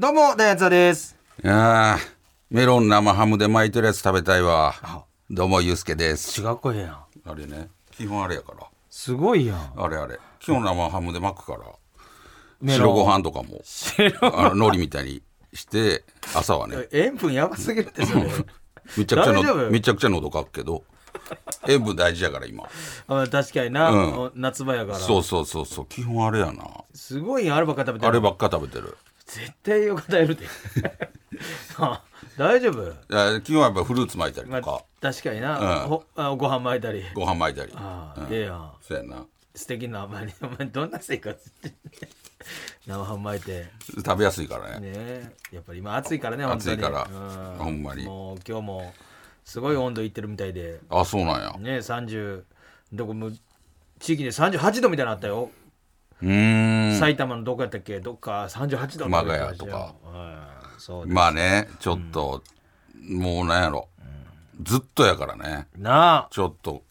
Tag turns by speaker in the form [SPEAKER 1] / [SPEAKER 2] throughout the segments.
[SPEAKER 1] どうも、ダイアンツァです。
[SPEAKER 2] ああ、メロン生ハムで巻いてるやつ食べたいわ。どうも、ゆうすけです。
[SPEAKER 1] 違う声やん。
[SPEAKER 2] あれね、基本あれやから。
[SPEAKER 1] すごいやん。
[SPEAKER 2] あれあれ。基本生ハムで巻くから。
[SPEAKER 1] メロ
[SPEAKER 2] 白
[SPEAKER 1] ン
[SPEAKER 2] ご飯とかも、あの海苔みたいにして、朝はね、
[SPEAKER 1] 塩分やばすぎるでしょ。
[SPEAKER 2] めちゃくちゃ
[SPEAKER 1] 大丈夫
[SPEAKER 2] の、めちゃくちゃ喉かくけど、塩分大事やから今。
[SPEAKER 1] あ確かにな、
[SPEAKER 2] うん
[SPEAKER 1] お夏場やから。
[SPEAKER 2] そうそうそうそう、基本あれやな。
[SPEAKER 1] すごいやん、あればっか食べてる
[SPEAKER 2] あればっか食べてる。
[SPEAKER 1] 絶対よく食べ るで。あ大丈夫
[SPEAKER 2] あ基本はやっぱフルーツ巻いたり
[SPEAKER 1] ま
[SPEAKER 2] と
[SPEAKER 1] あ
[SPEAKER 2] か、、
[SPEAKER 1] 確かにな、
[SPEAKER 2] うん
[SPEAKER 1] ほあご飯巻いたり。
[SPEAKER 2] ご飯巻いたり。
[SPEAKER 1] ああ、
[SPEAKER 2] うん
[SPEAKER 1] ええやん。
[SPEAKER 2] そうやな。
[SPEAKER 1] 素敵な甘いね。お前どんな生活してんねん生ハム巻いて。
[SPEAKER 2] 食べやすいからね。
[SPEAKER 1] ねえやっぱり今暑いからね、本当に。
[SPEAKER 2] 暑いから
[SPEAKER 1] う
[SPEAKER 2] ほんまに
[SPEAKER 1] もう今日も、すごい温度いってるみたいで。
[SPEAKER 2] あ、そうなんや。
[SPEAKER 1] ね30どこも地域で38度みたいなのあったよ、
[SPEAKER 2] うーん。
[SPEAKER 1] 埼玉のどこやったっけどっか38度
[SPEAKER 2] 熊谷とか
[SPEAKER 1] うんそうです
[SPEAKER 2] まあねちょっと、もうなんやろずっとやからね
[SPEAKER 1] なあ
[SPEAKER 2] ちょっと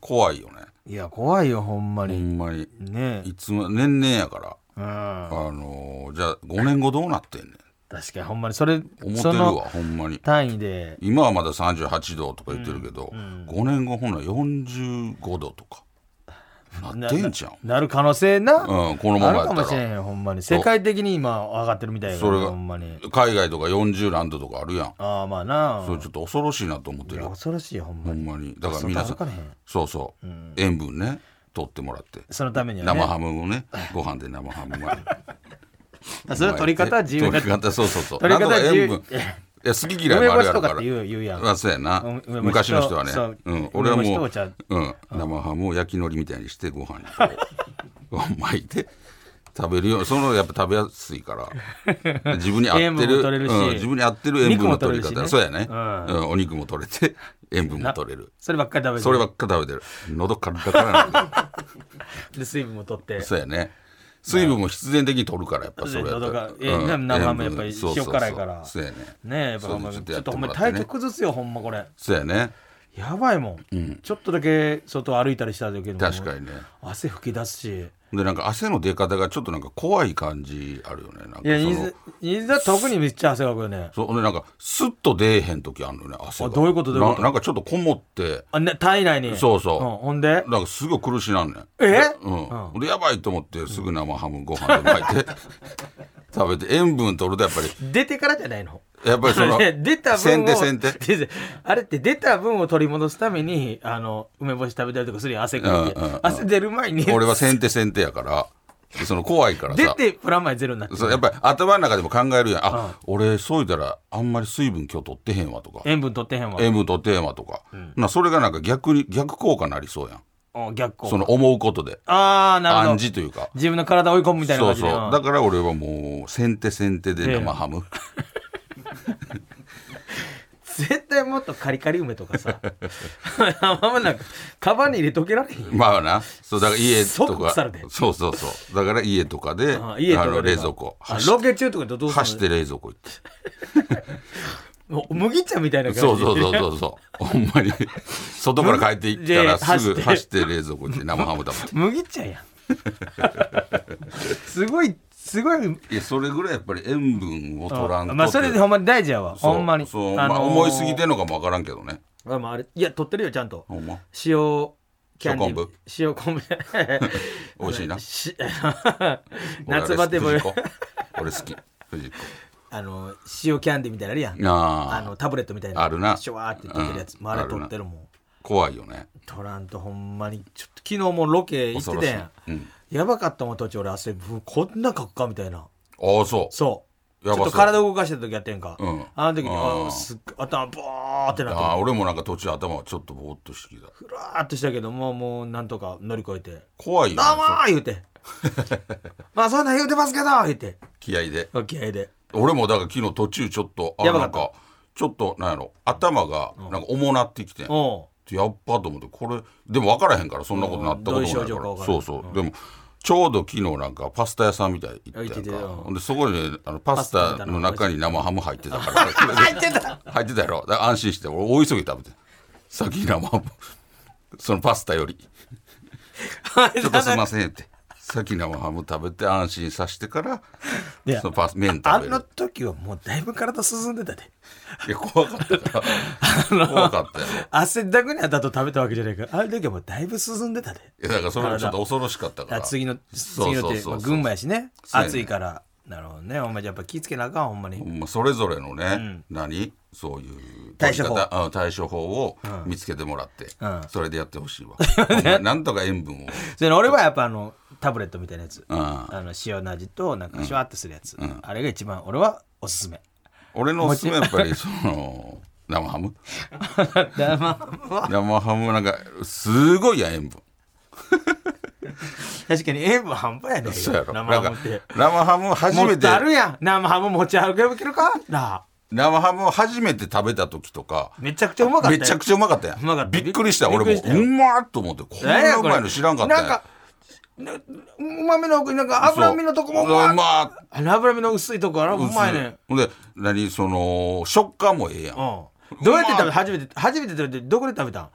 [SPEAKER 2] 怖いよね
[SPEAKER 1] いや怖いよほんま
[SPEAKER 2] ほ
[SPEAKER 1] に、
[SPEAKER 2] んまに
[SPEAKER 1] ねえ
[SPEAKER 2] いつも年々やから
[SPEAKER 1] うん
[SPEAKER 2] あのーじゃあ5年後どうなってんね
[SPEAKER 1] 確かにほんまにそれ
[SPEAKER 2] ん思って
[SPEAKER 1] そ
[SPEAKER 2] るわ
[SPEAKER 1] の
[SPEAKER 2] ほんまに
[SPEAKER 1] 単位で
[SPEAKER 2] 今はまだ38度とか言ってるけど、5年後ほな45度とかなってんじゃん
[SPEAKER 1] なる可能性 な、
[SPEAKER 2] うんこのままや
[SPEAKER 1] ある
[SPEAKER 2] っ
[SPEAKER 1] か
[SPEAKER 2] た
[SPEAKER 1] もしれ
[SPEAKER 2] ら
[SPEAKER 1] んよほんまに
[SPEAKER 2] そう
[SPEAKER 1] 世界的に今上がってるみたいやか
[SPEAKER 2] そ
[SPEAKER 1] ら
[SPEAKER 2] れが
[SPEAKER 1] ほんまに
[SPEAKER 2] 海外とか40何度とかあるやん
[SPEAKER 1] ああまあなあ
[SPEAKER 2] それちょっと恐ろしいなと思って
[SPEAKER 1] い
[SPEAKER 2] る
[SPEAKER 1] や恐ろしいよほん
[SPEAKER 2] ほ
[SPEAKER 1] まに
[SPEAKER 2] んまにだから皆さ
[SPEAKER 1] そんな歩かれへ
[SPEAKER 2] ん
[SPEAKER 1] ん
[SPEAKER 2] そうそう、塩分ね取ってもらって
[SPEAKER 1] そのためには、ね、
[SPEAKER 2] 生ハムをねご飯で生ハム巻いて
[SPEAKER 1] あ それは取り方は自由だ
[SPEAKER 2] 取り方そうそうそう
[SPEAKER 1] 取り方は
[SPEAKER 2] なんとか
[SPEAKER 1] 自由
[SPEAKER 2] 塩分いや好き嫌い
[SPEAKER 1] 梅
[SPEAKER 2] も
[SPEAKER 1] 干
[SPEAKER 2] あるや
[SPEAKER 1] しと
[SPEAKER 2] ろか
[SPEAKER 1] からって言う言うやん
[SPEAKER 2] あそうや
[SPEAKER 1] うん
[SPEAKER 2] な
[SPEAKER 1] 梅干しと
[SPEAKER 2] 昔の人はね
[SPEAKER 1] そう、
[SPEAKER 2] うん、俺は
[SPEAKER 1] 梅
[SPEAKER 2] も
[SPEAKER 1] 干
[SPEAKER 2] う
[SPEAKER 1] しとお茶、
[SPEAKER 2] うん、生ハムを焼き海苔みたいにしてご飯にこう 巻いて食べるようそのやっぱ食べやすい から自分に合
[SPEAKER 1] 塩
[SPEAKER 2] って
[SPEAKER 1] 分も
[SPEAKER 2] る
[SPEAKER 1] 取れるし
[SPEAKER 2] うん、自分に合ってる塩分の取り
[SPEAKER 1] 肉
[SPEAKER 2] 方
[SPEAKER 1] も取
[SPEAKER 2] そう
[SPEAKER 1] れ
[SPEAKER 2] や
[SPEAKER 1] るしねう
[SPEAKER 2] ね、
[SPEAKER 1] ん
[SPEAKER 2] うん、お肉も取れて塩分も取れる
[SPEAKER 1] そればっかり食べて
[SPEAKER 2] そればっか食べてる喉からかからない
[SPEAKER 1] で水分も取って
[SPEAKER 2] そうやね。水分も必然的に取るからやっぱそれやった
[SPEAKER 1] 喉
[SPEAKER 2] ら
[SPEAKER 1] がえ生ハムやっぱり
[SPEAKER 2] 塩分そうそうそう
[SPEAKER 1] 塩辛いから
[SPEAKER 2] そうやね
[SPEAKER 1] ねえやっぱ
[SPEAKER 2] そ
[SPEAKER 1] ほ
[SPEAKER 2] うん
[SPEAKER 1] まちょ
[SPEAKER 2] ちょっ
[SPEAKER 1] っ
[SPEAKER 2] とやって
[SPEAKER 1] とほん
[SPEAKER 2] も
[SPEAKER 1] ま
[SPEAKER 2] らってね
[SPEAKER 1] 体調崩すよほんまこれ
[SPEAKER 2] そうやね
[SPEAKER 1] やばいもん、ちょっとだけ外歩いたりしただけでも
[SPEAKER 2] 確かにね
[SPEAKER 1] 汗吹き出すし
[SPEAKER 2] でなんか汗の出方がちょっとなんか怖い感じあるよねなんか
[SPEAKER 1] いや
[SPEAKER 2] そ
[SPEAKER 1] い
[SPEAKER 2] の
[SPEAKER 1] ざいざ特にめっちゃ汗かくよね
[SPEAKER 2] そうほんでなんかスッと出えへん時あるのね汗が
[SPEAKER 1] あどういうことどういうこと
[SPEAKER 2] ななんかちょっとこもって
[SPEAKER 1] あね体内に
[SPEAKER 2] そうそうん
[SPEAKER 1] ほんで
[SPEAKER 2] なんかすごい苦しなんねん
[SPEAKER 1] え
[SPEAKER 2] うん、でやばいと思ってすぐ生ハムご飯で巻い て食べて塩分取るとやっぱり
[SPEAKER 1] 出てからじゃないの
[SPEAKER 2] やっぱりその
[SPEAKER 1] ね 出た分を
[SPEAKER 2] 先手先手
[SPEAKER 1] 手あれって出た分を取り戻すためにあの梅干し食べたりとかするやん汗かいて、
[SPEAKER 2] うんうんうん
[SPEAKER 1] 汗出る前に
[SPEAKER 2] 俺は先手先手やからその怖いから
[SPEAKER 1] 出
[SPEAKER 2] さ
[SPEAKER 1] てプラマイゼロになってる
[SPEAKER 2] そうやっぱり頭の中でも考えるやんあ、俺そういったらあんまり水分今日取ってへんわとか
[SPEAKER 1] 塩分取ってへんわ
[SPEAKER 2] 塩分取ってへんわとか、なそれがなんか逆に逆効果なりそうやん
[SPEAKER 1] お逆効
[SPEAKER 2] そ
[SPEAKER 1] 果
[SPEAKER 2] の思うことで
[SPEAKER 1] ああなるほ
[SPEAKER 2] 暗
[SPEAKER 1] ど
[SPEAKER 2] 示というか
[SPEAKER 1] 自分の体を追い込むみたいな
[SPEAKER 2] そ
[SPEAKER 1] 感
[SPEAKER 2] う
[SPEAKER 1] じで
[SPEAKER 2] そう
[SPEAKER 1] うん
[SPEAKER 2] だから俺はもう先手先手で生ハム、
[SPEAKER 1] 絶対もっとカリカリ梅とかさあんまなんかカバンに入れとけられへんよ
[SPEAKER 2] まあなそうだから家と
[SPEAKER 1] 即
[SPEAKER 2] か
[SPEAKER 1] 腐るで
[SPEAKER 2] そうそうそうだから家とかで
[SPEAKER 1] あ家とか
[SPEAKER 2] あ
[SPEAKER 1] でも
[SPEAKER 2] の冷蔵庫
[SPEAKER 1] あ
[SPEAKER 2] 走っ
[SPEAKER 1] ロケ中とかどう
[SPEAKER 2] 走
[SPEAKER 1] す
[SPEAKER 2] っ
[SPEAKER 1] る
[SPEAKER 2] て冷蔵庫行って
[SPEAKER 1] のお麦茶みたいな感じ
[SPEAKER 2] そうそうそうそうそうほん まに外から帰っていったら
[SPEAKER 1] で
[SPEAKER 2] すぐ
[SPEAKER 1] 走
[SPEAKER 2] 走って冷蔵庫行って生ハム食べて
[SPEAKER 1] 麦茶やん すごいすごい
[SPEAKER 2] いやそれぐらいやっぱり塩分を取らんと
[SPEAKER 1] まあそれでほんまに大事やわ
[SPEAKER 2] そう
[SPEAKER 1] ほんまに
[SPEAKER 2] そう、
[SPEAKER 1] あのー
[SPEAKER 2] まあ、思いすぎてんのかもわからんけどね
[SPEAKER 1] あまああれいや取ってるよちゃんと
[SPEAKER 2] ほんま
[SPEAKER 1] 塩キャンディー塩昆布
[SPEAKER 2] 美味しい な
[SPEAKER 1] し夏バテも
[SPEAKER 2] 俺あれ好き俺好き藤子
[SPEAKER 1] あの塩キャンディーみ たいなのあるやんあ
[SPEAKER 2] ああ
[SPEAKER 1] のタブレットみたいな
[SPEAKER 2] あるな
[SPEAKER 1] シュワーって出てるやつ、
[SPEAKER 2] うん
[SPEAKER 1] まあ、あれ
[SPEAKER 2] あるな
[SPEAKER 1] 取ってるもん
[SPEAKER 2] 怖いよね
[SPEAKER 1] 取らんとほんまにちょっと昨日もロケ行ってたやん
[SPEAKER 2] 恐、ろしいうん
[SPEAKER 1] やばかったもん途中俺汗ぶこんなかくかみたいな
[SPEAKER 2] ああそう
[SPEAKER 1] そうちょ
[SPEAKER 2] や
[SPEAKER 1] っ
[SPEAKER 2] ばそう
[SPEAKER 1] と体動かしてた時やってんか、
[SPEAKER 2] うん
[SPEAKER 1] あの時に
[SPEAKER 2] あ
[SPEAKER 1] あ
[SPEAKER 2] ー
[SPEAKER 1] すっごい頭ボーってなって
[SPEAKER 2] ああ俺もなんか途中頭ちょっとぼーっとしてきた
[SPEAKER 1] ふらーっとしたけどもうもうなんとか乗り越えて
[SPEAKER 2] 怖
[SPEAKER 1] 「
[SPEAKER 2] いよ
[SPEAKER 1] どう
[SPEAKER 2] ね
[SPEAKER 1] も!」言うて「まあそんなん言うてますけど!」言うて
[SPEAKER 2] 気合で
[SPEAKER 1] 気合で
[SPEAKER 2] 俺もだから昨日途中ちょっとあ
[SPEAKER 1] やばか
[SPEAKER 2] な
[SPEAKER 1] っ
[SPEAKER 2] ん
[SPEAKER 1] た
[SPEAKER 2] かちょっとなんやろ頭がなんか重なってきてん
[SPEAKER 1] お
[SPEAKER 2] やっぱと思ってこれでも分からへんからそんなことなったこともないか
[SPEAKER 1] うんどういう症状からわからん
[SPEAKER 2] そうそう、でもちょうど昨日なんかパスタ屋さんみたい行ったや
[SPEAKER 1] 行って
[SPEAKER 2] ん
[SPEAKER 1] て
[SPEAKER 2] か
[SPEAKER 1] よ
[SPEAKER 2] ほんでそこにあのパスタの中に生ハム入ってたか ら
[SPEAKER 1] 入ってた
[SPEAKER 2] 入ってたやろだから安心して俺大急ぎ食べて先に生ハムそのパスタ よりちょっとすいませんって先生ハム食べて安心させてから
[SPEAKER 1] いや
[SPEAKER 2] そのパス麺
[SPEAKER 1] あ
[SPEAKER 2] 食べる
[SPEAKER 1] の時はもうだいぶ体進んでたで
[SPEAKER 2] いや怖かった から怖かったやろ
[SPEAKER 1] 汗だくにあったと食べたわけじゃないからあの時はもうだいぶ進んでたで
[SPEAKER 2] いやだからそれもちょっと恐ろしかったか
[SPEAKER 1] あ
[SPEAKER 2] ら
[SPEAKER 1] 次の
[SPEAKER 2] そ
[SPEAKER 1] 次の
[SPEAKER 2] うそ
[SPEAKER 1] っ
[SPEAKER 2] う
[SPEAKER 1] て、
[SPEAKER 2] そう
[SPEAKER 1] まあ、群馬やしね
[SPEAKER 2] そうやね
[SPEAKER 1] 暑いからなるほどねお前やっぱ気ぃつけなあかんほんまに
[SPEAKER 2] まあ、それぞれのね、何そういう
[SPEAKER 1] 対処法
[SPEAKER 2] 取り方うん対処法を見つけてもらって、
[SPEAKER 1] うん
[SPEAKER 2] それでやってほし いわほんまなんとか塩分を、
[SPEAKER 1] それ俺はやっぱあのタブレットみたいなやつ
[SPEAKER 2] うん
[SPEAKER 1] あの塩の味となんかシュワってするやつ、あれが一番俺はおすすめ
[SPEAKER 2] 俺のおすすめはやっぱりその生ハム
[SPEAKER 1] だまあ
[SPEAKER 2] 生ハムなんかすごいやん塩分
[SPEAKER 1] 確かに塩分半端やね
[SPEAKER 2] そうやろ
[SPEAKER 1] 生ハ
[SPEAKER 2] なん
[SPEAKER 1] ム
[SPEAKER 2] か
[SPEAKER 1] って
[SPEAKER 2] 生ハム初
[SPEAKER 1] も
[SPEAKER 2] め
[SPEAKER 1] ってとあるやん生ハム持ち歩けるかなあ
[SPEAKER 2] 生ハムを初めて食べた時とか
[SPEAKER 1] めちゃくちゃうまかった
[SPEAKER 2] めちゃくちゃうまかったやん
[SPEAKER 1] うまかった
[SPEAKER 2] びっくりした俺
[SPEAKER 1] び
[SPEAKER 2] も
[SPEAKER 1] っくりしたよ
[SPEAKER 2] うまーっと思ってこんなうまいの知らんかったや
[SPEAKER 1] なんかなうまみの奥になんか脂身のとこもうまい
[SPEAKER 2] そううまーっ
[SPEAKER 1] あの脂身の薄いとこあらうまいねん
[SPEAKER 2] ほんで何その食感もええやん、
[SPEAKER 1] うんどうやって食べ初めて初めて食べてどこで食べたん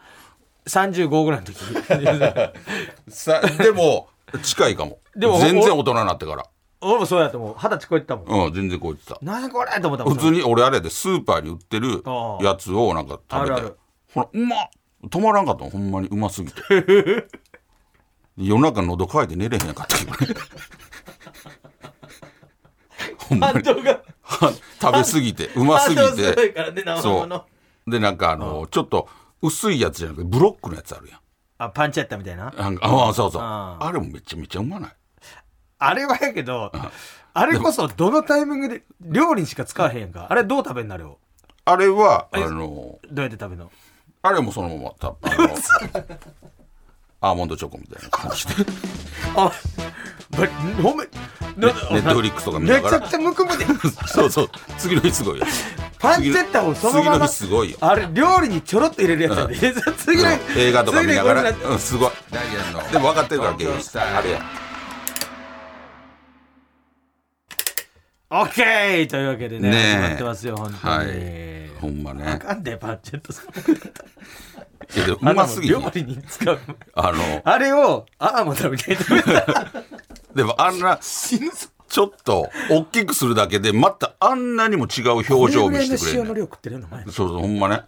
[SPEAKER 1] 35ぐらいの時
[SPEAKER 2] さでも近いかも
[SPEAKER 1] でも
[SPEAKER 2] 全然大人になってから
[SPEAKER 1] 俺もそうやと思う二十歳超えてたもん
[SPEAKER 2] うん全然こう言ってた
[SPEAKER 1] 何これと思ったもん
[SPEAKER 2] 普通に俺あれやでスーパーに売ってる
[SPEAKER 1] ああ
[SPEAKER 2] やつをなんか食
[SPEAKER 1] ある
[SPEAKER 2] べて
[SPEAKER 1] ある
[SPEAKER 2] ほらうまっ止まらんかったもんほんまにうます ぎて夜中喉渇いて寝れへんやかったけどね ほんまに
[SPEAKER 1] 反動が
[SPEAKER 2] は 食べ過ぎてうますぎ
[SPEAKER 1] 反動すご
[SPEAKER 2] て
[SPEAKER 1] いからね生
[SPEAKER 2] そ
[SPEAKER 1] ハムの
[SPEAKER 2] うでなんかあのちょっと薄いやつじゃなくてブロックのやつあるやん
[SPEAKER 1] あパンチやったみたいな
[SPEAKER 2] なんかああそうそう
[SPEAKER 1] あ
[SPEAKER 2] あれもめちゃめちゃうまない
[SPEAKER 1] あれはやけどあれこそどのタイミングで料理にしか使わへんやんかあれどう食べんなるよ
[SPEAKER 2] あれはあの
[SPEAKER 1] どうやって食べんの
[SPEAKER 2] あれもそのままたあ のアーモンドチョコみたいな感じで
[SPEAKER 1] あばほんまネ
[SPEAKER 2] ネットフリックスとか見な
[SPEAKER 1] め
[SPEAKER 2] が
[SPEAKER 1] ちゃ
[SPEAKER 2] ら
[SPEAKER 1] くちゃむくむで
[SPEAKER 2] そうそう次の日すごいよ
[SPEAKER 1] パンチェッタをそのまま
[SPEAKER 2] 次の日すごいよ
[SPEAKER 1] あれ料理にちょろっと入れるやつや で次の日
[SPEAKER 2] 映画とか見なが
[SPEAKER 1] 次
[SPEAKER 2] ら
[SPEAKER 1] の日これ
[SPEAKER 2] うんすごいでも分かってるから芸人あれや
[SPEAKER 1] オッケーというわけでね
[SPEAKER 2] ねえ
[SPEAKER 1] 始まってますよ本当に、
[SPEAKER 2] はいほんま
[SPEAKER 1] あ
[SPEAKER 2] ね
[SPEAKER 1] かんでパンチェッタさん
[SPEAKER 2] いやでもうますぎる
[SPEAKER 1] あんなもん料理に使う
[SPEAKER 2] あの
[SPEAKER 1] あれをアーモンドみたいに食べ たら
[SPEAKER 2] でもあんな
[SPEAKER 1] 死ぬぞ
[SPEAKER 2] ちょっと大きくするだけでまたあんなにも違う表情を見せてくれ
[SPEAKER 1] これぐらいの塩
[SPEAKER 2] る、
[SPEAKER 1] の
[SPEAKER 2] ね、
[SPEAKER 1] 量食ってるよなお前
[SPEAKER 2] そうそうほんまね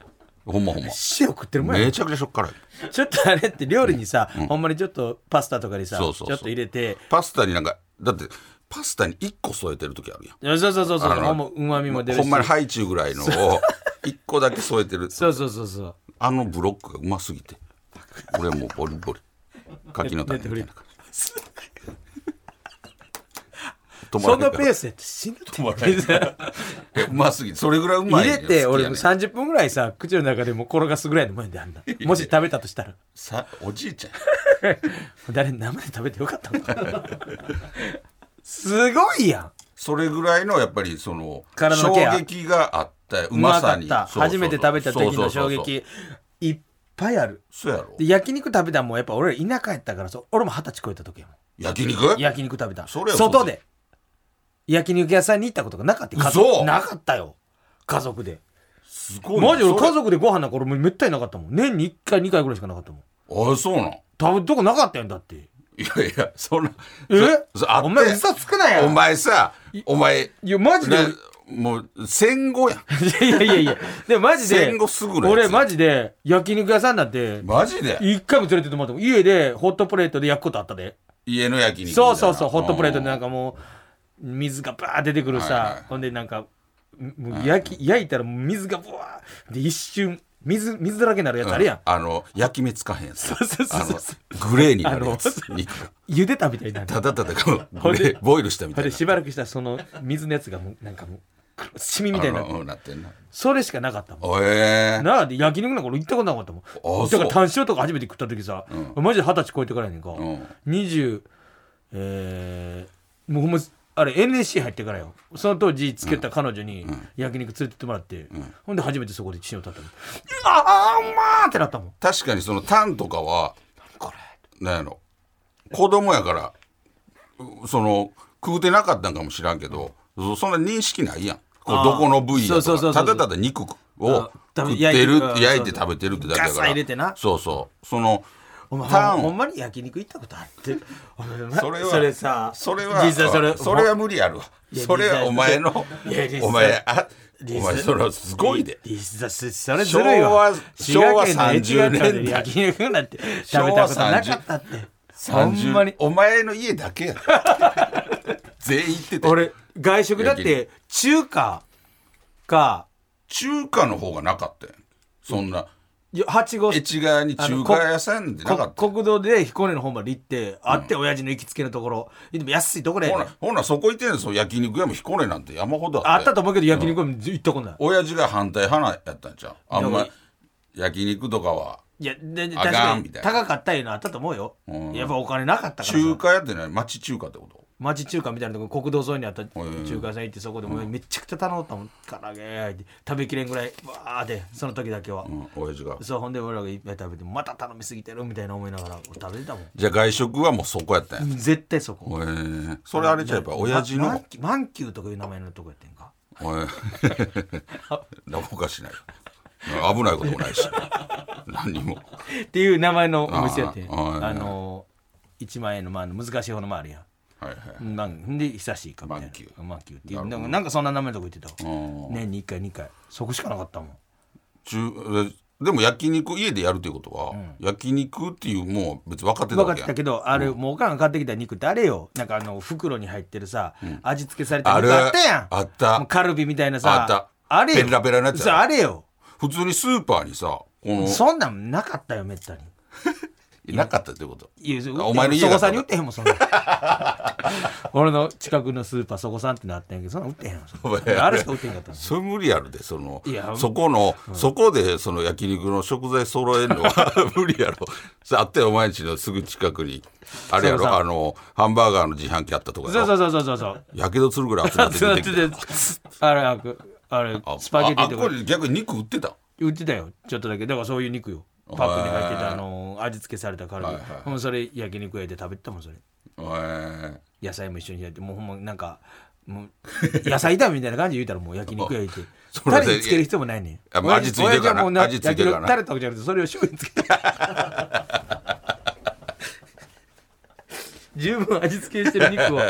[SPEAKER 2] ほんまほんま
[SPEAKER 1] 塩食ってる前
[SPEAKER 2] めちゃくちゃしょっからい
[SPEAKER 1] ちょっとあれって料理にさ、ほんまにちょっとパスタとかにさ
[SPEAKER 2] そうそうそう
[SPEAKER 1] ちょっと入れて
[SPEAKER 2] パスタになんかだってパスタに1個添えてる時あるやん
[SPEAKER 1] いやそうそうそうそう
[SPEAKER 2] あの
[SPEAKER 1] ほんまうまみも出るし
[SPEAKER 2] ほんまにハイチュウぐらいのを1個だけ添えてる
[SPEAKER 1] そうそうそうそう
[SPEAKER 2] あのブロックがうますぎて俺はもうボリボリ柿の種みたいな感じ
[SPEAKER 1] そんなペー
[SPEAKER 2] ス
[SPEAKER 1] スやって死ぬって
[SPEAKER 2] うますぎてそれぐらいうまい
[SPEAKER 1] 入
[SPEAKER 2] ね
[SPEAKER 1] れて
[SPEAKER 2] 好き
[SPEAKER 1] 俺
[SPEAKER 2] やね
[SPEAKER 1] も30分ぐらいさ口の中でもう転がすぐらいのもんであんなもし食べたとしたら
[SPEAKER 2] さおじいちゃん
[SPEAKER 1] 誰生で食べてよかったのかすごいやん
[SPEAKER 2] それぐらいのやっぱりその
[SPEAKER 1] 体の
[SPEAKER 2] 衝
[SPEAKER 1] ケア
[SPEAKER 2] 撃があったう
[SPEAKER 1] うまか
[SPEAKER 2] まさ
[SPEAKER 1] っ
[SPEAKER 2] に
[SPEAKER 1] た
[SPEAKER 2] そうそう
[SPEAKER 1] 初
[SPEAKER 2] そう
[SPEAKER 1] めて食べた時の衝
[SPEAKER 2] そうそうそう
[SPEAKER 1] 撃いっぱいある
[SPEAKER 2] そうやろ
[SPEAKER 1] で焼肉食べたんもやっぱ俺ら田舎やったからそう俺も二十歳超えた時やもん
[SPEAKER 2] 焼肉
[SPEAKER 1] 焼肉食べた
[SPEAKER 2] それは
[SPEAKER 1] 外で焼肉屋さんに行ったことがなかったよ家族
[SPEAKER 2] 嘘
[SPEAKER 1] なかったよ家族です
[SPEAKER 2] ごいな
[SPEAKER 1] マジ俺
[SPEAKER 2] それ
[SPEAKER 1] 家族でご飯なんか俺もめったになかったもん年に1回2回ぐらいしかなかったもん
[SPEAKER 2] あそうなん
[SPEAKER 1] 食べるとこなかったやんだって
[SPEAKER 2] いやいやそんな
[SPEAKER 1] え
[SPEAKER 2] そそあって
[SPEAKER 1] お前嘘つくなよ
[SPEAKER 2] お前さお前
[SPEAKER 1] いやマジで
[SPEAKER 2] なもう戦後やん
[SPEAKER 1] いやいやいやでもマジで
[SPEAKER 2] 戦後すぐのやつ
[SPEAKER 1] 俺マジで焼肉屋さんなんて
[SPEAKER 2] マジで
[SPEAKER 1] 一回も連れてってもらったもん家でホットプレートで焼くことあったで
[SPEAKER 2] 家の焼肉みたい
[SPEAKER 1] そ
[SPEAKER 2] な
[SPEAKER 1] うそうそうホットプレートでなん
[SPEAKER 2] か
[SPEAKER 1] かもう水がバー出てくるさ、
[SPEAKER 2] はいはい
[SPEAKER 1] ほんでなんかもう焼き焼いたらもう水がブワーで一瞬水水だらけになるやつあるやん、
[SPEAKER 2] あの焼き目つかへんやつ
[SPEAKER 1] そうそうそうそう
[SPEAKER 2] あのグレーになるやつ
[SPEAKER 1] あの
[SPEAKER 2] 肉が
[SPEAKER 1] 茹でたみたい になる
[SPEAKER 2] ただただこう
[SPEAKER 1] ほん
[SPEAKER 2] グレ
[SPEAKER 1] で
[SPEAKER 2] ーボイルしたみ
[SPEAKER 1] ほ
[SPEAKER 2] た
[SPEAKER 1] ん
[SPEAKER 2] い
[SPEAKER 1] で
[SPEAKER 2] な
[SPEAKER 1] しばらくしたらその水のやつがもうなんかもうシミみたいになって
[SPEAKER 2] あのうんなってんな
[SPEAKER 1] それしかなかったもん
[SPEAKER 2] え え
[SPEAKER 1] なあで焼肉なんか俺行ったことなかったもん
[SPEAKER 2] あ
[SPEAKER 1] だから
[SPEAKER 2] そ
[SPEAKER 1] 単勝とか初めて食った時さ、マジで二十歳超えてからやねんか、
[SPEAKER 2] ん
[SPEAKER 1] 20えーもうほんまあれ NSC 入ってからよその当時付き合った彼女に焼肉連れてってもらって、ほんで初めてそこで父親を立ったの「ああうまー!」ってなったもん
[SPEAKER 2] 確かにそのタンとかは
[SPEAKER 1] これ
[SPEAKER 2] なんやろ子供やからうその食うてなかったんかもしらんけどそそんな認識ないやんこ
[SPEAKER 1] あー
[SPEAKER 2] うどこの部位や
[SPEAKER 1] そう
[SPEAKER 2] と
[SPEAKER 1] そうそう
[SPEAKER 2] か
[SPEAKER 1] そう
[SPEAKER 2] ただただ肉
[SPEAKER 1] あ
[SPEAKER 2] を
[SPEAKER 1] 食べ
[SPEAKER 2] 食って
[SPEAKER 1] 焼
[SPEAKER 2] る
[SPEAKER 1] いて
[SPEAKER 2] 焼いて食べてるってだけだ
[SPEAKER 1] ガ
[SPEAKER 2] か
[SPEAKER 1] サ
[SPEAKER 2] ら
[SPEAKER 1] 入れてな
[SPEAKER 2] そうそうその
[SPEAKER 1] お前
[SPEAKER 2] タ
[SPEAKER 1] ほ
[SPEAKER 2] ン
[SPEAKER 1] んほんまに焼肉行ったことあってお前お前
[SPEAKER 2] それは
[SPEAKER 1] さ
[SPEAKER 2] それは
[SPEAKER 1] 実際それ
[SPEAKER 2] それは無理やろ
[SPEAKER 1] いや
[SPEAKER 2] それはお前の
[SPEAKER 1] いや実際
[SPEAKER 2] お前あ
[SPEAKER 1] 実
[SPEAKER 2] お
[SPEAKER 1] 際
[SPEAKER 2] 前それはすごいで
[SPEAKER 1] 実際それずるいわ
[SPEAKER 2] 昭和
[SPEAKER 1] 滋賀県
[SPEAKER 2] 昭和
[SPEAKER 1] の越後
[SPEAKER 2] 30年代
[SPEAKER 1] 館で焼肉なんて食べたことなかったってほんまに
[SPEAKER 2] 30お前の家だ けや全員行ってて
[SPEAKER 1] 俺外食だって中華か
[SPEAKER 2] 中華の方がなかったやんそんな
[SPEAKER 1] よ八号
[SPEAKER 2] 越谷に中華屋さんでなか
[SPEAKER 1] こ
[SPEAKER 2] った
[SPEAKER 1] 国道で彦根の方まで行ってあって親父の行きつけのところでも安いところや
[SPEAKER 2] ほ
[SPEAKER 1] ねん
[SPEAKER 2] らほらそこ行ってんのその焼肉屋も彦根なんて山ほど
[SPEAKER 1] あった
[SPEAKER 2] と
[SPEAKER 1] と思うけど焼肉は行ったことない
[SPEAKER 2] 親父が反対派やったんちゃうあん
[SPEAKER 1] でも
[SPEAKER 2] ま焼肉とかはい
[SPEAKER 1] やでで
[SPEAKER 2] あ
[SPEAKER 1] 確
[SPEAKER 2] が
[SPEAKER 1] か
[SPEAKER 2] ん
[SPEAKER 1] に
[SPEAKER 2] みたいな
[SPEAKER 1] 高かったいうのはあったと思うよ
[SPEAKER 2] うん
[SPEAKER 1] やっぱお金なかったからさ
[SPEAKER 2] 中華屋ってない町中華ってこと
[SPEAKER 1] 町中華みたいなとこ国道沿いにあった
[SPEAKER 2] ん
[SPEAKER 1] 中華屋さん行ってそこでもうめちゃくちゃ頼んだもん唐揚げって食べきれんぐらいわーでその時だけは
[SPEAKER 2] うん親父が
[SPEAKER 1] そうほんで俺らがいっぱい食べてまた頼みすぎてるみたいな思いながら食べてたもん
[SPEAKER 2] じゃあ外食はもうそこやったんや
[SPEAKER 1] 絶対そこ
[SPEAKER 2] へえそれあれじゃうやっぱ親父
[SPEAKER 1] ま
[SPEAKER 2] の
[SPEAKER 1] 満久とかいう名前のとこやってんか
[SPEAKER 2] おい なおかしない危ないこと もないし何にも
[SPEAKER 1] っていう名前のお店やって
[SPEAKER 2] あーはい
[SPEAKER 1] あの1万円のまあ難しい方のもあるやん
[SPEAKER 2] はいはい
[SPEAKER 1] なんで久しいかみたいな
[SPEAKER 2] 満久
[SPEAKER 1] 満久っていうなんかなんかそんな名前のとこ行ってたわ
[SPEAKER 2] うん
[SPEAKER 1] 年に1回2回そこしかなかったもん
[SPEAKER 2] 中えでも焼肉家でやるっていうことは、焼肉っていうもう別に分かって
[SPEAKER 1] 分
[SPEAKER 2] た
[SPEAKER 1] か
[SPEAKER 2] わ
[SPEAKER 1] っ
[SPEAKER 2] けや
[SPEAKER 1] たけどあれ、もうおかんが買ってきた肉ってあれよなんかあの袋に入ってるさ、味付けされた
[SPEAKER 2] あ
[SPEAKER 1] 肉
[SPEAKER 2] る
[SPEAKER 1] あったやん
[SPEAKER 2] あった
[SPEAKER 1] もうカルビみたいなさ
[SPEAKER 2] あった
[SPEAKER 1] あれよ
[SPEAKER 2] ペラペラのやつや
[SPEAKER 1] そうあれよ
[SPEAKER 2] 普通にスーパーにさこの
[SPEAKER 1] そんなんなかったよめったに
[SPEAKER 2] なかったってこと
[SPEAKER 1] いやそ
[SPEAKER 2] お前の家
[SPEAKER 1] そ
[SPEAKER 2] だ
[SPEAKER 1] こ
[SPEAKER 2] った
[SPEAKER 1] さんに売ってへんもんそんなん 俺の近くのスーパーそこさんってなったんやけどそんなん売ってへんもんそんなんあれしか売ってへんかったの
[SPEAKER 2] それ無理やるでその
[SPEAKER 1] いや
[SPEAKER 2] そこの、そこでその焼肉の食材揃えるのは 無理やろさあってお前んちのすぐ近くにあれや
[SPEAKER 1] そうそ
[SPEAKER 2] ろ
[SPEAKER 1] う
[SPEAKER 2] あのハンバーガーの自販機あったとこや
[SPEAKER 1] そう
[SPEAKER 2] ろ
[SPEAKER 1] そうそうそうそうそう
[SPEAKER 2] やけどするぐらい熱なって
[SPEAKER 1] そう
[SPEAKER 2] 出
[SPEAKER 1] やってて
[SPEAKER 2] き
[SPEAKER 1] て
[SPEAKER 2] て
[SPEAKER 1] あれあくあれ
[SPEAKER 2] あ
[SPEAKER 1] スパゲティと
[SPEAKER 2] ああ
[SPEAKER 1] か
[SPEAKER 2] これ逆に肉売ってた
[SPEAKER 1] 売ってたよちょっとだけだからそういう肉よパックに入って
[SPEAKER 2] へ
[SPEAKER 1] た
[SPEAKER 2] ー
[SPEAKER 1] あの味付けされたカルビ、
[SPEAKER 2] はいはい
[SPEAKER 1] ほんまそれ焼肉屋で食べてたもんそれ
[SPEAKER 2] えー
[SPEAKER 1] 野菜も一緒に焼いてもうほんまなんかもう 野菜炒めみたいな感じで言うたらもう焼肉屋行って
[SPEAKER 2] それ
[SPEAKER 1] タ
[SPEAKER 2] で
[SPEAKER 1] レにつける人もないねん
[SPEAKER 2] あもう味付いてるからな
[SPEAKER 1] 親
[SPEAKER 2] 味
[SPEAKER 1] 父
[SPEAKER 2] 付
[SPEAKER 1] はい
[SPEAKER 2] てる
[SPEAKER 1] も
[SPEAKER 2] か
[SPEAKER 1] うな
[SPEAKER 2] らな
[SPEAKER 1] タレとかじゃなくて それを醤油につけた十分味付けしてる肉を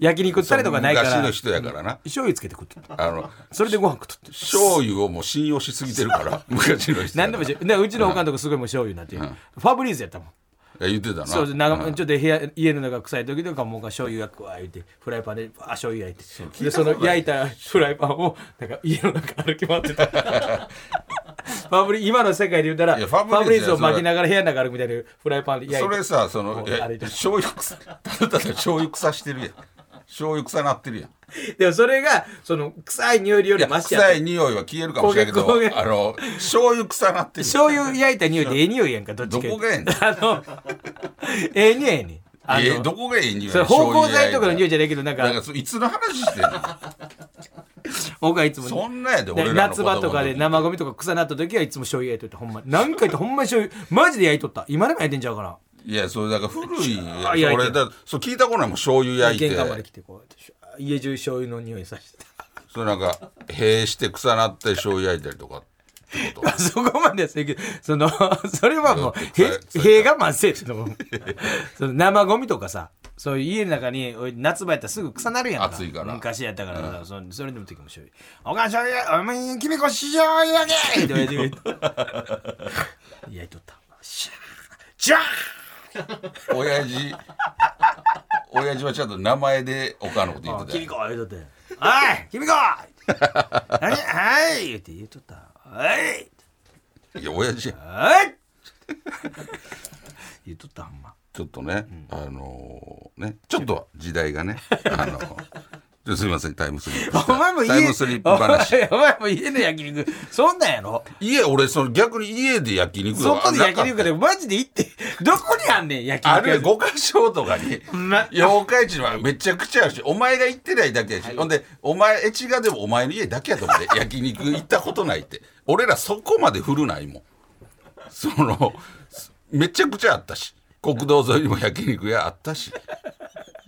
[SPEAKER 1] 焼肉タレとかないから
[SPEAKER 2] 昔の人やからな
[SPEAKER 1] 醤油つけて食ってた
[SPEAKER 2] あの
[SPEAKER 1] それでご飯食ってた
[SPEAKER 2] 醤油をもう信用しすぎてるから 昔の人や
[SPEAKER 1] 何
[SPEAKER 2] か
[SPEAKER 1] で
[SPEAKER 2] ら
[SPEAKER 1] もしでうちのおかんとかすごいもう醤油になって、ファブリーズやったもん
[SPEAKER 2] いや言ってたな
[SPEAKER 1] そうです長
[SPEAKER 2] う
[SPEAKER 1] め
[SPEAKER 2] ん
[SPEAKER 1] ちょっと部屋家の中臭い時とかもう醤油焼くわ言ってフライパンであ醤油焼いてでその焼いたフライパンをなんか家の中歩き回ってた ファブリ今の世界で言うたら
[SPEAKER 2] い
[SPEAKER 1] フ
[SPEAKER 2] やフ
[SPEAKER 1] ァ
[SPEAKER 2] ァブリ
[SPEAKER 1] ブリ
[SPEAKER 2] ーズ
[SPEAKER 1] ーズを巻きながら部屋の中歩くみたいなフライパンで焼い
[SPEAKER 2] そ
[SPEAKER 1] て
[SPEAKER 2] れさその
[SPEAKER 1] もう
[SPEAKER 2] いや
[SPEAKER 1] あれだ
[SPEAKER 2] 醤油臭ただただ醤油臭してるやん醤油臭なってるやん
[SPEAKER 1] でもそれがその臭い匂いよ
[SPEAKER 2] い
[SPEAKER 1] り
[SPEAKER 2] や
[SPEAKER 1] マシやった
[SPEAKER 2] 臭い匂いは消えるかもしれんけど
[SPEAKER 1] 焦げ焦げ
[SPEAKER 2] あの醤油臭なってる
[SPEAKER 1] 醤油焼いた匂いでええ匂いやんかどっちか
[SPEAKER 2] どこがやねん
[SPEAKER 1] あのええ匂いやねんあの
[SPEAKER 2] えどこがいい匂い
[SPEAKER 1] それ芳香剤とかの匂い
[SPEAKER 2] い
[SPEAKER 1] じゃないけどなん
[SPEAKER 2] なんか
[SPEAKER 1] か
[SPEAKER 2] そいつの話してんの
[SPEAKER 1] 僕はいつも
[SPEAKER 2] そんなんやで俺
[SPEAKER 1] ね
[SPEAKER 2] らの
[SPEAKER 1] 夏場とかで生ゴミとか臭なった時はいつも醤油焼いといたほんま何回とほんまに醤油マジで焼いとった今でも焼いてんちゃうから
[SPEAKER 2] いやそれだから古い
[SPEAKER 1] あ焼いて
[SPEAKER 2] 俺だそう聞いたことないもん醤油焼い
[SPEAKER 1] 玄関まで
[SPEAKER 2] て
[SPEAKER 1] 来てこうやって家中醤油の匂いさしてた
[SPEAKER 2] それなんか塀して臭なって醤油焼いたりとかってこ と
[SPEAKER 1] あそこまではせんけどそ のそれはもう
[SPEAKER 2] それそ
[SPEAKER 1] へ
[SPEAKER 2] れ
[SPEAKER 1] 塀我慢せえってのもその生ゴミとかさそういう家の中におい夏場やったらすぐ臭なるやんか
[SPEAKER 2] 暑いから
[SPEAKER 1] 昔やったからさ、そそれでも時も醤油おかん醤油お前君こし醤油焼けって親父が言 って焼いとったシャージャー
[SPEAKER 2] 親父親父はちゃんと名前でおかんのこと言ってた
[SPEAKER 1] 君
[SPEAKER 2] よ
[SPEAKER 1] 子言うとって「おい君子! 」何はい」言って言うとった「おい!」
[SPEAKER 2] いや親父や
[SPEAKER 1] おい 言うとったほんま
[SPEAKER 2] ちょっとね、あのーねちょっと時代がねあのーちょすみません、タイムスリップした。
[SPEAKER 1] お前も
[SPEAKER 2] タイ
[SPEAKER 1] 家
[SPEAKER 2] ムスリップ話。
[SPEAKER 1] お前も家の焼肉そんなんやろ
[SPEAKER 2] 家、俺、その逆に家で焼肉
[SPEAKER 1] そ
[SPEAKER 2] と
[SPEAKER 1] こ
[SPEAKER 2] か
[SPEAKER 1] で
[SPEAKER 2] なか
[SPEAKER 1] 焼
[SPEAKER 2] った
[SPEAKER 1] 肉でマジで行ってどこにあんねん焼肉
[SPEAKER 2] あるいは五箇所とかに
[SPEAKER 1] な、
[SPEAKER 2] 妖怪地はめちゃくちゃあるし、お前が行ってないだけやし、ほんで、お前、エチがでもお前の家だけやと思って、 焼肉行ったことないって。俺らそこまで古ないもん。その、めちゃくちゃあったし、国道沿いにも焼肉屋あったし、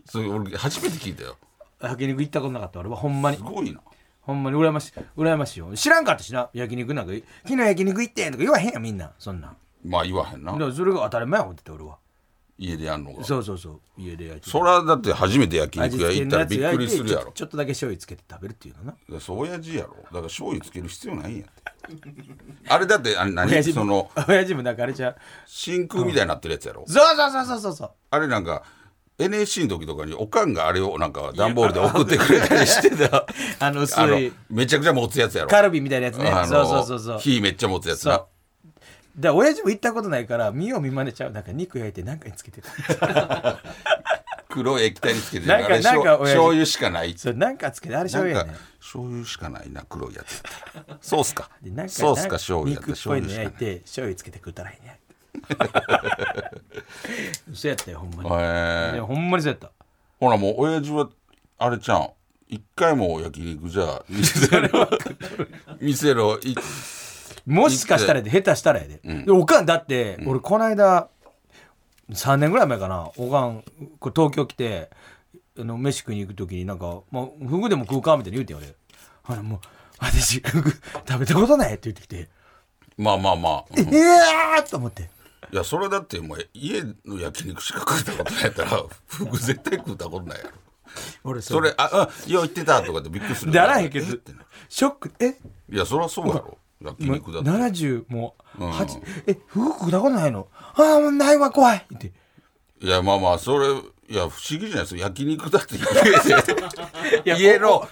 [SPEAKER 2] それ俺初めて聞いたよ。
[SPEAKER 1] 焼肉行ったことなかった俺はほんますに
[SPEAKER 2] ごいな。
[SPEAKER 1] ほんまに羨ましい羨ましいよ知らんかったしな焼肉なんか昨日焼肉行ってんとか言わへんやんみんなそんなん
[SPEAKER 2] まあ言わへん
[SPEAKER 1] だ
[SPEAKER 2] な
[SPEAKER 1] か。らそれが当たり前や思ってて俺は
[SPEAKER 2] 家でやんのが。
[SPEAKER 1] そうそうそう家で焼
[SPEAKER 2] そ
[SPEAKER 1] 肉
[SPEAKER 2] らだって初めて焼
[SPEAKER 1] 味
[SPEAKER 2] 肉屋
[SPEAKER 1] 付け
[SPEAKER 2] 行っ
[SPEAKER 1] の
[SPEAKER 2] たら
[SPEAKER 1] やつ
[SPEAKER 2] びっ
[SPEAKER 1] 焼
[SPEAKER 2] く
[SPEAKER 1] いて
[SPEAKER 2] りするやろ
[SPEAKER 1] ちょちょっとだけ醤油つけて食べるっていうのな
[SPEAKER 2] だからそう親父やろだから醤油つける必要ないんやってあれだってあれ
[SPEAKER 1] 親
[SPEAKER 2] 何
[SPEAKER 1] 父も
[SPEAKER 2] その
[SPEAKER 1] 親父もなんかあれちゃう
[SPEAKER 2] 真空みたいになってるやつやろ
[SPEAKER 1] そうそうそうそうそうそう
[SPEAKER 2] あれなんか NSC の時とかにおかんがあれをなんか段ボールで送ってくれ たりしてた
[SPEAKER 1] あの薄
[SPEAKER 2] あの
[SPEAKER 1] い
[SPEAKER 2] めちゃくちゃ持つやつやろ
[SPEAKER 1] カルビみたいなやつね
[SPEAKER 2] あ
[SPEAKER 1] そう
[SPEAKER 2] の
[SPEAKER 1] そうそうそう
[SPEAKER 2] 火めっちゃ持つやつ
[SPEAKER 1] そう
[SPEAKER 2] な
[SPEAKER 1] だから親父も行ったことないから見よう見まねちゃうなんか肉焼いて何かにつけてた
[SPEAKER 2] 黒い液体につけて
[SPEAKER 1] なんか
[SPEAKER 2] あれしょ
[SPEAKER 1] なんか親父
[SPEAKER 2] 醤油しかない
[SPEAKER 1] それ何かつけてあれ
[SPEAKER 2] な
[SPEAKER 1] 醤
[SPEAKER 2] ん
[SPEAKER 1] 油や
[SPEAKER 2] か
[SPEAKER 1] ね
[SPEAKER 2] 醤油しかないな黒いやつやったらそうっすか
[SPEAKER 1] でなんか
[SPEAKER 2] そうっすか醤油やった
[SPEAKER 1] 肉
[SPEAKER 2] ら
[SPEAKER 1] っぽ
[SPEAKER 2] 醤
[SPEAKER 1] いの
[SPEAKER 2] 油し
[SPEAKER 1] 焼
[SPEAKER 2] かない
[SPEAKER 1] いて醤油つけて食うたらいい ねそうやったよほんまに、
[SPEAKER 2] へー
[SPEAKER 1] いやほんまにそうやった
[SPEAKER 2] ほらもう親父はあれちゃん一回も焼肉じゃ店のい
[SPEAKER 1] もしかしたらやで下手したらやで,、でおかんだって、俺この間3年ぐらい前かなおかんこれ東京来てあの飯食いに行く時になんか「まあ、フグでも食うか?」みたいに言うてん俺あのもう私フグ食べたことないって言ってきて
[SPEAKER 2] まあまあまあ
[SPEAKER 1] 「ええー!」と思って
[SPEAKER 2] いやそれだってもう家の焼肉しか食ったことないやったら服絶対食ったことないやろ
[SPEAKER 1] 俺
[SPEAKER 2] それああよう言ってたとかってびっくりする
[SPEAKER 1] ならへんけど
[SPEAKER 2] えってなる
[SPEAKER 1] ショックえ
[SPEAKER 2] いやそりゃそうやろ焼
[SPEAKER 1] 今
[SPEAKER 2] 肉だって
[SPEAKER 1] 70もう8、えフグ食うたことないのああもうないわ怖いって
[SPEAKER 2] いやまあまあそれいや不思議じゃないですか焼肉だって家で家の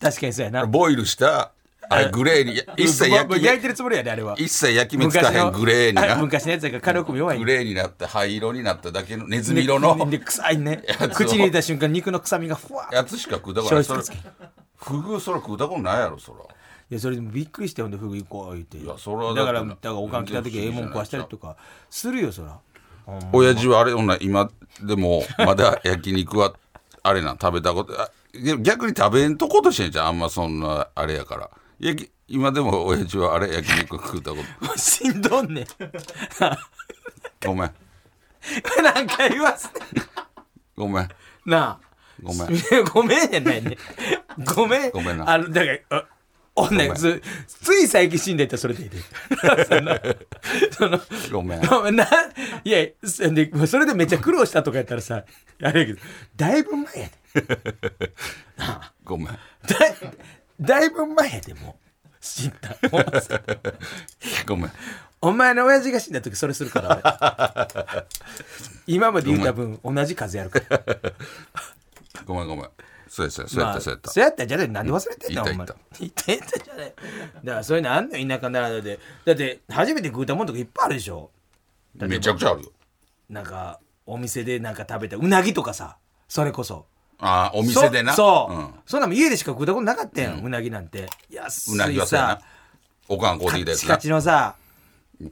[SPEAKER 1] 確かにそうやな
[SPEAKER 2] ボイルしたあれグレーに一切焼
[SPEAKER 1] ま
[SPEAKER 2] き
[SPEAKER 1] 焼い
[SPEAKER 2] 目
[SPEAKER 1] てるつもりやであれは
[SPEAKER 2] 一切焼き目つかへんグレーに
[SPEAKER 1] 昔のあ
[SPEAKER 2] な
[SPEAKER 1] 昔のやつやから火力も弱い
[SPEAKER 2] グ
[SPEAKER 1] ね
[SPEAKER 2] レーになって灰色になっただけのネズミ色の
[SPEAKER 1] で臭いね
[SPEAKER 2] やつを
[SPEAKER 1] 口に入れた瞬間肉の臭みがふわー
[SPEAKER 2] やつしか食うたからそ
[SPEAKER 1] 消
[SPEAKER 2] れ
[SPEAKER 1] 失です
[SPEAKER 2] フグそれ食うたことないやろそら
[SPEAKER 1] いやそれでもびっくりしてほんでフグ行こう言ってい
[SPEAKER 2] やそれは
[SPEAKER 1] だ
[SPEAKER 2] だ
[SPEAKER 1] か
[SPEAKER 2] からら
[SPEAKER 1] だからおかん来た時ええもん食わしたりとかするよそら
[SPEAKER 2] 親父はあれほんな今でもまだ焼肉はあれなん食べたことあでも逆に食べんとことしてんじゃんあんまそんなあれやから焼き今でも親父はあれ焼肉食うたこ
[SPEAKER 1] もうしんどんねん
[SPEAKER 2] とごめん
[SPEAKER 1] なんか言わせて
[SPEAKER 2] ごめん
[SPEAKER 1] なあ
[SPEAKER 2] ごめん
[SPEAKER 1] ごめんやないねごめん
[SPEAKER 2] ごめんな
[SPEAKER 1] あのだからあおんね
[SPEAKER 2] ごめん
[SPEAKER 1] つつい最近死んでったらそれでいい でそのその
[SPEAKER 2] ごめん
[SPEAKER 1] ごめんないやそんでそれでめっちゃ苦労したとかやったらさあれやけどだいぶ前やで
[SPEAKER 2] ごめん
[SPEAKER 1] だだいぶ前やでもう死んだもうさ
[SPEAKER 2] ごめん
[SPEAKER 1] お前の親父が死んだ時それするから俺今まで言った分同じ数やるから
[SPEAKER 2] ごめんごめんそうやそうやそうやったそうやった
[SPEAKER 1] そうやったじゃねえなんで忘れてんの、
[SPEAKER 2] うん
[SPEAKER 1] お前
[SPEAKER 2] 言った
[SPEAKER 1] 言った言ったじゃねえだからそういうのあんのよ田舎ならではでだって初めて食うたもんとかいっぱいあるでしょ
[SPEAKER 2] めちゃくちゃあるよ
[SPEAKER 1] なんかお店でなんか食べたうなぎとかさそれこそ
[SPEAKER 2] あーお店でな
[SPEAKER 1] そそう、
[SPEAKER 2] ん
[SPEAKER 1] そんなもん家でしか食うたことなかったやん、うなぎなんて安
[SPEAKER 2] うなぎ
[SPEAKER 1] い
[SPEAKER 2] はそうやな
[SPEAKER 1] さ
[SPEAKER 2] おかんこうでいた
[SPEAKER 1] カ
[SPEAKER 2] やつ
[SPEAKER 1] チ
[SPEAKER 2] な
[SPEAKER 1] カチのさ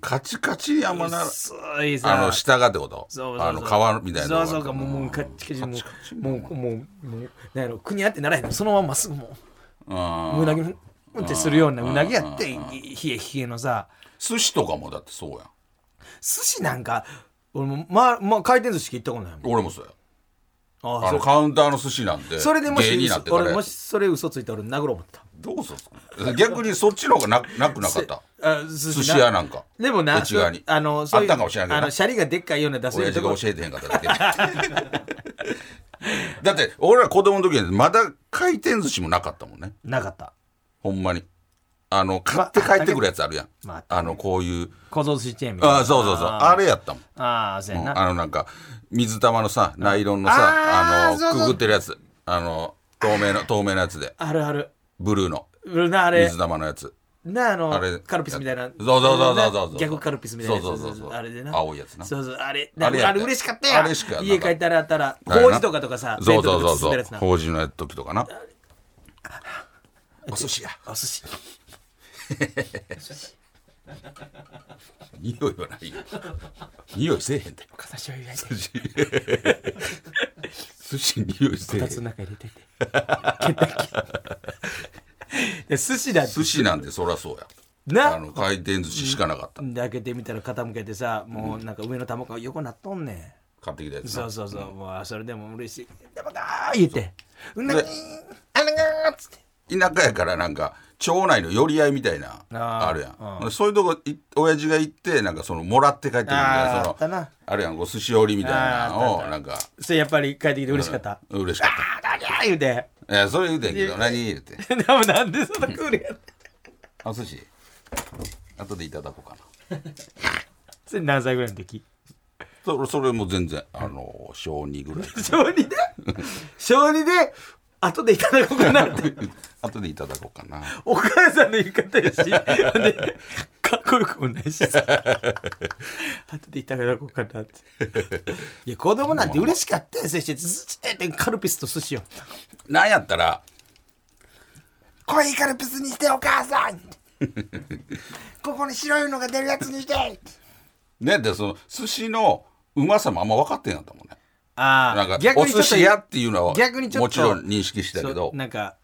[SPEAKER 2] カチカチにあんまなら
[SPEAKER 1] 薄いさ
[SPEAKER 2] あの下がってこと
[SPEAKER 1] そうそうそう
[SPEAKER 2] あの皮みたいなの
[SPEAKER 1] そう
[SPEAKER 2] が
[SPEAKER 1] そうかもうもうカッチカチもうもうもうもうなんやろ国あってならへんのそのまんまっすぐも
[SPEAKER 2] うん
[SPEAKER 1] ううなぎふんってするようなうなぎやってい冷え冷えのさ
[SPEAKER 2] 寿司とかもだってそうやん
[SPEAKER 1] 寿司なんか俺もまあまあ回転寿司行ったことないもん
[SPEAKER 2] 俺もそうや
[SPEAKER 1] あ
[SPEAKER 2] あ
[SPEAKER 1] そ
[SPEAKER 2] の
[SPEAKER 1] う
[SPEAKER 2] カウンターの寿司なんて
[SPEAKER 1] それでも
[SPEAKER 2] 芸
[SPEAKER 1] し
[SPEAKER 2] になってから
[SPEAKER 1] 俺
[SPEAKER 2] や
[SPEAKER 1] もしそれ嘘ついたら俺殴ろう思ってた
[SPEAKER 2] どうすんすか逆にそっちの方がななくなかった
[SPEAKER 1] あ寿
[SPEAKER 2] 寿司屋なんか
[SPEAKER 1] でもな
[SPEAKER 2] 内側に
[SPEAKER 1] あのそういう
[SPEAKER 2] あったかもしれないけど
[SPEAKER 1] あ
[SPEAKER 2] な
[SPEAKER 1] のシャリがでっかいような出せ
[SPEAKER 2] 親
[SPEAKER 1] る
[SPEAKER 2] 父
[SPEAKER 1] と
[SPEAKER 2] が
[SPEAKER 1] こ
[SPEAKER 2] 教えてへんかっただけ でだって俺ら子供の時にまだ回転寿司もなかったもんね
[SPEAKER 1] なかった
[SPEAKER 2] ほんまにあの買って帰ってくるやつあるやん、
[SPEAKER 1] まああった
[SPEAKER 2] あのこういう
[SPEAKER 1] 小僧寿司チェーンみたいな
[SPEAKER 2] あそうそうそうあれやったもん
[SPEAKER 1] ああそうやな
[SPEAKER 2] あのなんか水玉のさナイロンのさ
[SPEAKER 1] あー
[SPEAKER 2] あ
[SPEAKER 1] そう
[SPEAKER 2] の
[SPEAKER 1] そう
[SPEAKER 2] くぐってるやつあの透明の 透明なやつで
[SPEAKER 1] あるある
[SPEAKER 2] ブルーの
[SPEAKER 1] うんなあれ
[SPEAKER 2] 水玉のやつ
[SPEAKER 1] なあ
[SPEAKER 2] あ
[SPEAKER 1] の
[SPEAKER 2] れ
[SPEAKER 1] カルピスみたいな
[SPEAKER 2] そうそうそうそうそう
[SPEAKER 1] な逆カルピスみたいなやつ
[SPEAKER 2] そうそうそうそう
[SPEAKER 1] あれでな
[SPEAKER 2] 青いやつな
[SPEAKER 1] そうそうあれあ
[SPEAKER 2] あ
[SPEAKER 1] れ
[SPEAKER 2] れやった
[SPEAKER 1] 嬉しかったやん
[SPEAKER 2] あれしかなかった
[SPEAKER 1] 家帰ったらあったらほうじとかとかさ
[SPEAKER 2] そうそ
[SPEAKER 1] 弁
[SPEAKER 2] う
[SPEAKER 1] 当とか包んで
[SPEAKER 2] そうそ
[SPEAKER 1] る
[SPEAKER 2] う
[SPEAKER 1] やつな
[SPEAKER 2] 法事の時とかなお寿司や
[SPEAKER 1] お寿司
[SPEAKER 2] 匂いはないよ匂いせえへんで
[SPEAKER 1] かさしょうゆ焼いて
[SPEAKER 2] 寿司寿司匂いせえへ
[SPEAKER 1] 二つの
[SPEAKER 2] ん
[SPEAKER 1] 中入れといて ケタケタで寿司だって
[SPEAKER 2] 寿司なんてそらそうやあ
[SPEAKER 1] な
[SPEAKER 2] の回転寿司しかなかった、
[SPEAKER 1] で開けてみたら傾けてさもうなんか上の玉が横なっとんねん
[SPEAKER 2] 買ってきたやつな
[SPEAKER 1] そうそうそう、もうそれでも嬉しい。でもなー言って、うんな
[SPEAKER 2] で
[SPEAKER 1] ぎー、あらがーっつって。
[SPEAKER 2] 田舎やからなんか町内の寄り合いみたいな
[SPEAKER 1] あー
[SPEAKER 2] あるやん、そういうとこい親父が行ってなんかそのもらって帰ってくるみたい
[SPEAKER 1] あー
[SPEAKER 2] なそ
[SPEAKER 1] あったな
[SPEAKER 2] のあるやんお寿司折りみたいなのをなんか
[SPEAKER 1] それやっぱり帰ってきて嬉しかった。
[SPEAKER 2] うん嬉しかった
[SPEAKER 1] あらがー言うて。
[SPEAKER 2] いやそれ言うてんけど何言うて
[SPEAKER 1] でもなんでそんなクールやねん
[SPEAKER 2] お寿司後でいただこうかな
[SPEAKER 1] それ何歳ぐらいの時
[SPEAKER 2] それそれも全然あの小2ぐらい
[SPEAKER 1] 小2で小2で後でいただこうかな って。
[SPEAKER 2] 後でいただこうかな
[SPEAKER 1] お母さんの言い方やし、でかっこよくもないしさ。後でいただこうかなって。いや、子供なんて嬉しかったよ、先生。ずっとカルピスと寿司を。
[SPEAKER 2] なんやったら
[SPEAKER 1] 濃いカルピスにしてお母さんここに白いのが出るやつにして
[SPEAKER 2] ねでその寿司のうまさもあんま分かってんやったもんね
[SPEAKER 1] あ
[SPEAKER 2] なんかお寿司屋っていうのは
[SPEAKER 1] 逆にちょっと
[SPEAKER 2] もちろん認識してたけど
[SPEAKER 1] そうなんか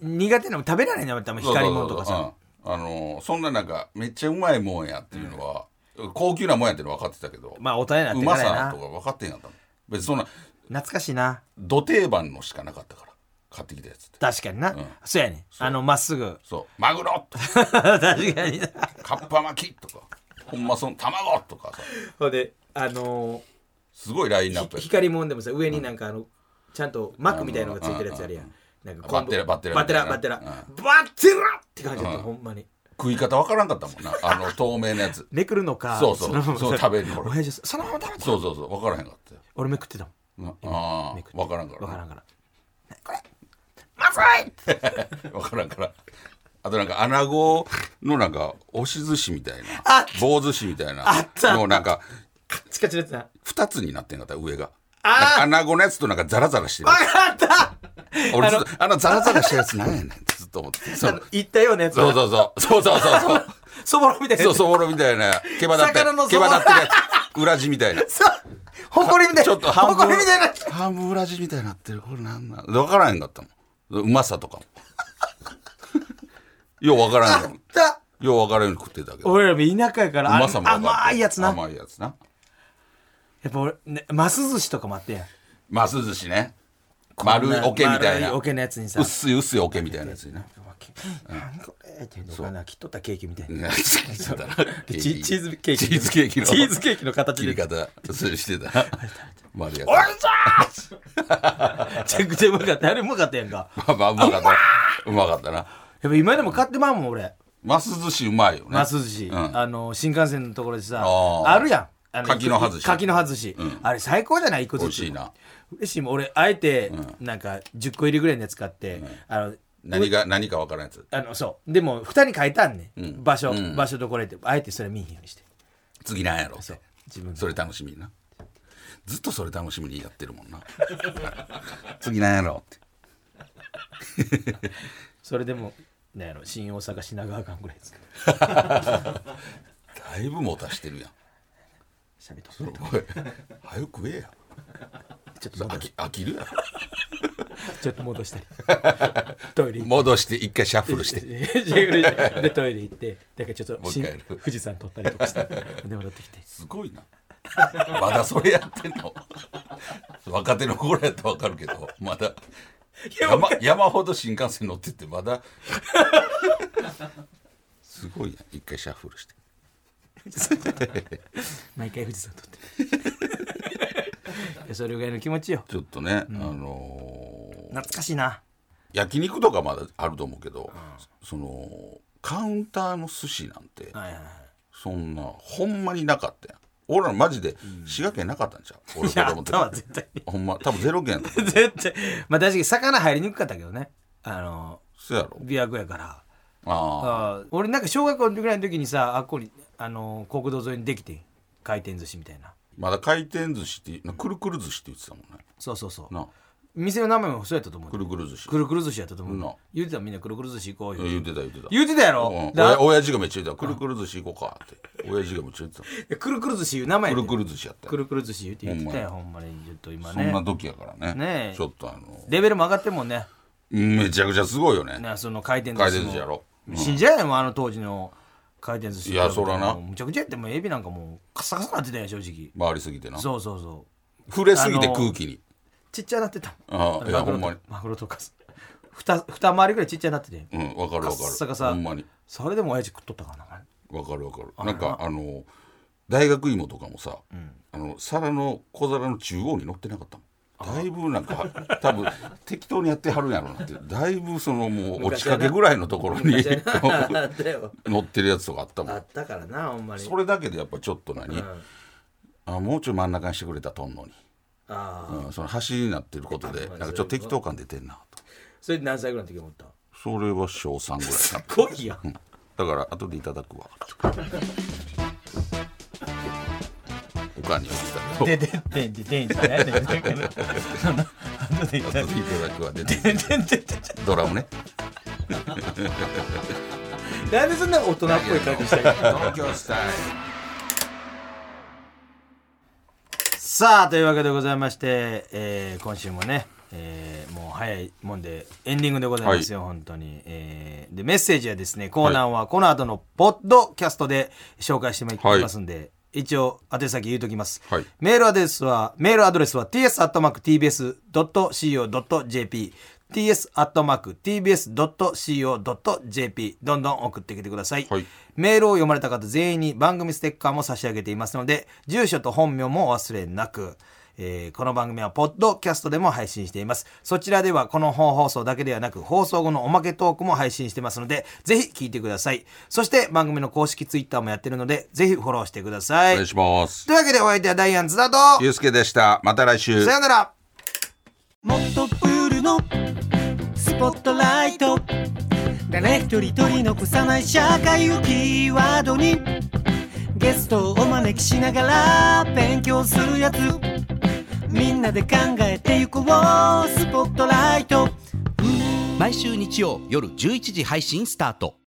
[SPEAKER 1] 苦手なの食べられないの多分光り物とかさ
[SPEAKER 2] うんあのーそんななんかめっちゃうまいもんやっていうのは、高級なもんやっていうのは分かってたけど、
[SPEAKER 1] まあ大人になっ
[SPEAKER 2] う
[SPEAKER 1] てか
[SPEAKER 2] ま
[SPEAKER 1] らやな
[SPEAKER 2] さとか分かってんやったもん別にそんな
[SPEAKER 1] 懐かしいな
[SPEAKER 2] ど定番のしかなかったから買ってきたやつって
[SPEAKER 1] 確かにな、そうやねあのまっす ぐ
[SPEAKER 2] そうマグロとか
[SPEAKER 1] 確かにな
[SPEAKER 2] かっぱ巻きとかほんまその卵とかさ
[SPEAKER 1] ほんであの
[SPEAKER 2] すごいラインナッ
[SPEAKER 1] ー、
[SPEAKER 2] プやった
[SPEAKER 1] 光り物でもさ上になんかあのちゃんと膜みたいのがついてるやつあるやんなんか昆布
[SPEAKER 2] バッテラバッテラ
[SPEAKER 1] バッテラバッ
[SPEAKER 2] みたい
[SPEAKER 1] テ
[SPEAKER 2] な
[SPEAKER 1] ラバッテラって感じだった、
[SPEAKER 2] うん
[SPEAKER 1] ほんまに
[SPEAKER 2] 食い方分からんかったもんなあの透明なやつ
[SPEAKER 1] めくるのか
[SPEAKER 2] そうそう
[SPEAKER 1] のまま
[SPEAKER 2] そう食べるの俺
[SPEAKER 1] 親父そのまま食べて
[SPEAKER 2] そうそうそう分からへんかったよ
[SPEAKER 1] 俺めくってたもん
[SPEAKER 2] なあ
[SPEAKER 1] めくって
[SPEAKER 2] あ分からんから
[SPEAKER 1] わ
[SPEAKER 2] な
[SPEAKER 1] からんから
[SPEAKER 2] まずいわからんから。あとなんか、穴子のなんか、押し寿司みたい
[SPEAKER 1] あ
[SPEAKER 2] な。棒寿司みたいな。
[SPEAKER 1] あった
[SPEAKER 2] もうなんか、
[SPEAKER 1] チカチカやつな
[SPEAKER 2] 二つになってんかった、上が。
[SPEAKER 1] あー
[SPEAKER 2] なんか穴子のやつとなんかザラザラしてる
[SPEAKER 1] わ。かった
[SPEAKER 2] 俺ずっと、あのザラザラしたやつなんやねんってずっと思って。そ
[SPEAKER 1] あの
[SPEAKER 2] う
[SPEAKER 1] 言ったようなやつ
[SPEAKER 2] そうそうそう。そうそうそうそう。
[SPEAKER 1] そぼろみたいな
[SPEAKER 2] そ
[SPEAKER 1] や
[SPEAKER 2] う、
[SPEAKER 1] つ
[SPEAKER 2] そぼろみたいな。毛羽立って
[SPEAKER 1] 魚の、
[SPEAKER 2] 毛
[SPEAKER 1] そぼろ
[SPEAKER 2] 羽立ってるやつ。裏地みたいな。
[SPEAKER 1] そうほこりみたいな
[SPEAKER 2] ちょっと半
[SPEAKER 1] ほこ
[SPEAKER 2] 分
[SPEAKER 1] りみたいな、
[SPEAKER 2] 半分裏地みたいになってる。これなんなんわからへんかったもん。うまさとかも。ようわからんかったもん。
[SPEAKER 1] だ
[SPEAKER 2] よう分からんように食ってたけど。
[SPEAKER 1] 俺らも田舎やからあ
[SPEAKER 2] うまさも分かって
[SPEAKER 1] 甘いやつなや
[SPEAKER 2] 甘いやつな。
[SPEAKER 1] っぱ俺、ね、ます寿司とかもあってやん
[SPEAKER 2] ます寿司ね。丸いおけみたい
[SPEAKER 1] 丸い
[SPEAKER 2] な。
[SPEAKER 1] おけのやつにさ
[SPEAKER 2] 薄い薄いおけみたいなやつ にな。
[SPEAKER 1] 何これっていうのかな切っとったケーキみたいな
[SPEAKER 2] うんしてたな
[SPEAKER 1] でチチーズケーキ
[SPEAKER 2] チーズケーキの
[SPEAKER 1] チーズケーキの形
[SPEAKER 2] 切り
[SPEAKER 1] で
[SPEAKER 2] 方それしてたな丸いやつ
[SPEAKER 1] めちゃくちゃうまかったあれうまかったやんか
[SPEAKER 2] まあまあうまかったうまかったな
[SPEAKER 1] やっぱ今でも買ってまうもん俺
[SPEAKER 2] ます寿司うまいよね
[SPEAKER 1] ます寿司、
[SPEAKER 2] うん
[SPEAKER 1] あの新幹線のところでさ
[SPEAKER 2] あー
[SPEAKER 1] あるやんあ
[SPEAKER 2] 柿の葉寿司
[SPEAKER 1] 柿の葉寿司、あれ最高じゃない一個ずつ
[SPEAKER 2] 美味しいな
[SPEAKER 1] 嬉しいもん俺あえてなんか10個入りぐらいのやつ買って、あの
[SPEAKER 2] 何が何か分からんやつ
[SPEAKER 1] あのそうでも蓋に書いたんね、
[SPEAKER 2] ん
[SPEAKER 1] 場所、
[SPEAKER 2] うん
[SPEAKER 1] 場所どこれってあえてそれ見えへんようにして
[SPEAKER 2] 次なんやろ
[SPEAKER 1] そう自分
[SPEAKER 2] それ楽しみになずっとそれ楽しみにやってるもんな 次なんやろって
[SPEAKER 1] それでもなんやろ新大阪品川間ぐらいですか
[SPEAKER 2] だいぶもたしてるやん
[SPEAKER 1] しゃべっとく
[SPEAKER 2] おい早く食えや
[SPEAKER 1] ちょっと
[SPEAKER 2] 飽
[SPEAKER 1] 戻し
[SPEAKER 2] き飽きるや
[SPEAKER 1] ちょっと戻 したりトイレ
[SPEAKER 2] ろ
[SPEAKER 1] 行っ
[SPEAKER 2] 戻して一回シャッフルして
[SPEAKER 1] でトイレ行ってだからちょっと
[SPEAKER 2] もう一
[SPEAKER 1] 新
[SPEAKER 2] 回やる
[SPEAKER 1] 富士山撮ったりとかしてで戻ってきて
[SPEAKER 2] すごいなまだそれやってんの若手の頃やったら分かるけどまだ山山ほど新幹線乗ってってまだすごいな一回シャッフルして
[SPEAKER 1] 毎回富士山撮って るいやそれぐらいの気持ちよ
[SPEAKER 2] ちょっとね、あのー
[SPEAKER 1] 懐かしいな
[SPEAKER 2] 焼肉とかまだあると思うけど、そのカウンターの寿司なんて
[SPEAKER 1] はいはいはい
[SPEAKER 2] そんなほんまになかったやん俺らマジで滋賀県なかったんちゃう、俺
[SPEAKER 1] いや
[SPEAKER 2] 子供の時
[SPEAKER 1] あったわ絶対に
[SPEAKER 2] ほんま多分ゼロ件やったと思 う
[SPEAKER 1] 絶対まあ確かに魚入りにくかったけどねあの
[SPEAKER 2] そ やろ
[SPEAKER 1] 琵琶湖やから
[SPEAKER 2] あ
[SPEAKER 1] あー俺なんか小学校のぐらいの時にさあっこにあの国道沿いにできてん回転寿司みたいな
[SPEAKER 2] あまだ回転寿司ってなくるくる寿司って言ってたもんね
[SPEAKER 1] そうそうそう
[SPEAKER 2] な
[SPEAKER 1] 店の名前もそうやったと思う
[SPEAKER 2] くるくる寿司
[SPEAKER 1] くるくる寿司やったと思う、
[SPEAKER 2] うん
[SPEAKER 1] 言うてたみんなくるくる寿司行こうよ
[SPEAKER 2] 言ってた言ってた
[SPEAKER 1] 言うてたやろ、
[SPEAKER 2] うん、
[SPEAKER 1] だ
[SPEAKER 2] おや親父がめっちゃ言ってた「くるくる寿司行こうか」って親父がめっちゃ 言ってた
[SPEAKER 1] くるくる寿司いう名前
[SPEAKER 2] く
[SPEAKER 1] やで
[SPEAKER 2] るくる寿司やった
[SPEAKER 1] く
[SPEAKER 2] よ
[SPEAKER 1] るくる寿司言うて言ってたよほんまにちょっと今
[SPEAKER 2] そんな
[SPEAKER 1] ね
[SPEAKER 2] 時やからね
[SPEAKER 1] ねえ
[SPEAKER 2] ちょっとあの
[SPEAKER 1] レベルも上がってんもんね
[SPEAKER 2] めちゃくちゃすごいよね
[SPEAKER 1] ねその回転寿司も
[SPEAKER 2] 回転寿司やろ
[SPEAKER 1] 信じられないもんあの当時の回転寿司
[SPEAKER 2] いやそらな
[SPEAKER 1] もうむちゃくちゃやってもうエビなんかもうカサカサなってたよ正直
[SPEAKER 2] 回りすぎてな
[SPEAKER 1] そうそうそう
[SPEAKER 2] 触れすぎて
[SPEAKER 1] あの
[SPEAKER 2] 空気に
[SPEAKER 1] ちっちゃなってた
[SPEAKER 2] ああいや
[SPEAKER 1] マグロ
[SPEAKER 2] ほんまに
[SPEAKER 1] マグロとか二二回りぐらいちっちゃなってて
[SPEAKER 2] うんわかるわか
[SPEAKER 1] カッサ
[SPEAKER 2] る
[SPEAKER 1] カサ
[SPEAKER 2] ほんまに
[SPEAKER 1] それでも親父食っとったからなお前
[SPEAKER 2] わかるわかるなんかあの大学芋とかもさ、あの皿の小皿の中央に乗ってなかったもんだいぶなんか 多分適当にやってはるんやろうなってだいぶそのもう落ちかけぐらいのところに
[SPEAKER 1] あったよ
[SPEAKER 2] 乗ってるやつとかあったも
[SPEAKER 1] あ
[SPEAKER 2] ん
[SPEAKER 1] ったからなほんまに
[SPEAKER 2] それだけでやっぱちょっと何、あもうちょい真ん中にしてくれたとんのに、
[SPEAKER 1] ああ
[SPEAKER 2] うん、その端になってることでなんかちょっと適当感出てんなと
[SPEAKER 1] それ何歳ぐらいの時思った
[SPEAKER 2] それは小3ぐらいかな
[SPEAKER 1] コーヒーやん
[SPEAKER 2] だから後でいただくわ。おかんには言ったけ
[SPEAKER 3] ででんででんじゃないでんでんけどあの後で言った
[SPEAKER 2] ど。後でいただくわ。出てきたドラムね。
[SPEAKER 1] なんでそんな大人っぽい感じしたい
[SPEAKER 2] 東京スタイ
[SPEAKER 1] さあというわけでございまして、えー今週もね、えーもう早いもんでエンディングでございますよ、本当に、えーでメッセージはですねコーナーはこの後のポッドキャストで紹介していきますんで、一応宛先言うときます、
[SPEAKER 2] はい
[SPEAKER 1] メールアドレスはメールアドレスは ts.tbs.co.jp ts.tbs.co.jp どんどん送ってきてください、
[SPEAKER 2] はい
[SPEAKER 1] メールを読まれた方全員に番組ステッカーも差し上げていますので、住所と本名もお忘れなく、えーこの番組はポッドキャストでも配信しています。そちらではこの本放送だけではなく、放送後のおまけトークも配信してますので、ぜひ聞いてください。そして番組の公式ツイッターもやってるので、ぜひフォローしてくださ
[SPEAKER 2] お
[SPEAKER 1] い。
[SPEAKER 2] 願いします。
[SPEAKER 1] というわけでお相手はダイアンズだと、
[SPEAKER 2] ゆうすけでした。また来週
[SPEAKER 1] さ。よなら
[SPEAKER 3] もっとプールのスポットライト誰一人取り残さない社会をキーワードにゲストをお招きしながら勉強するやつみんなで考えてゆこうスポットライト
[SPEAKER 4] 毎週日曜夜11時配信スタート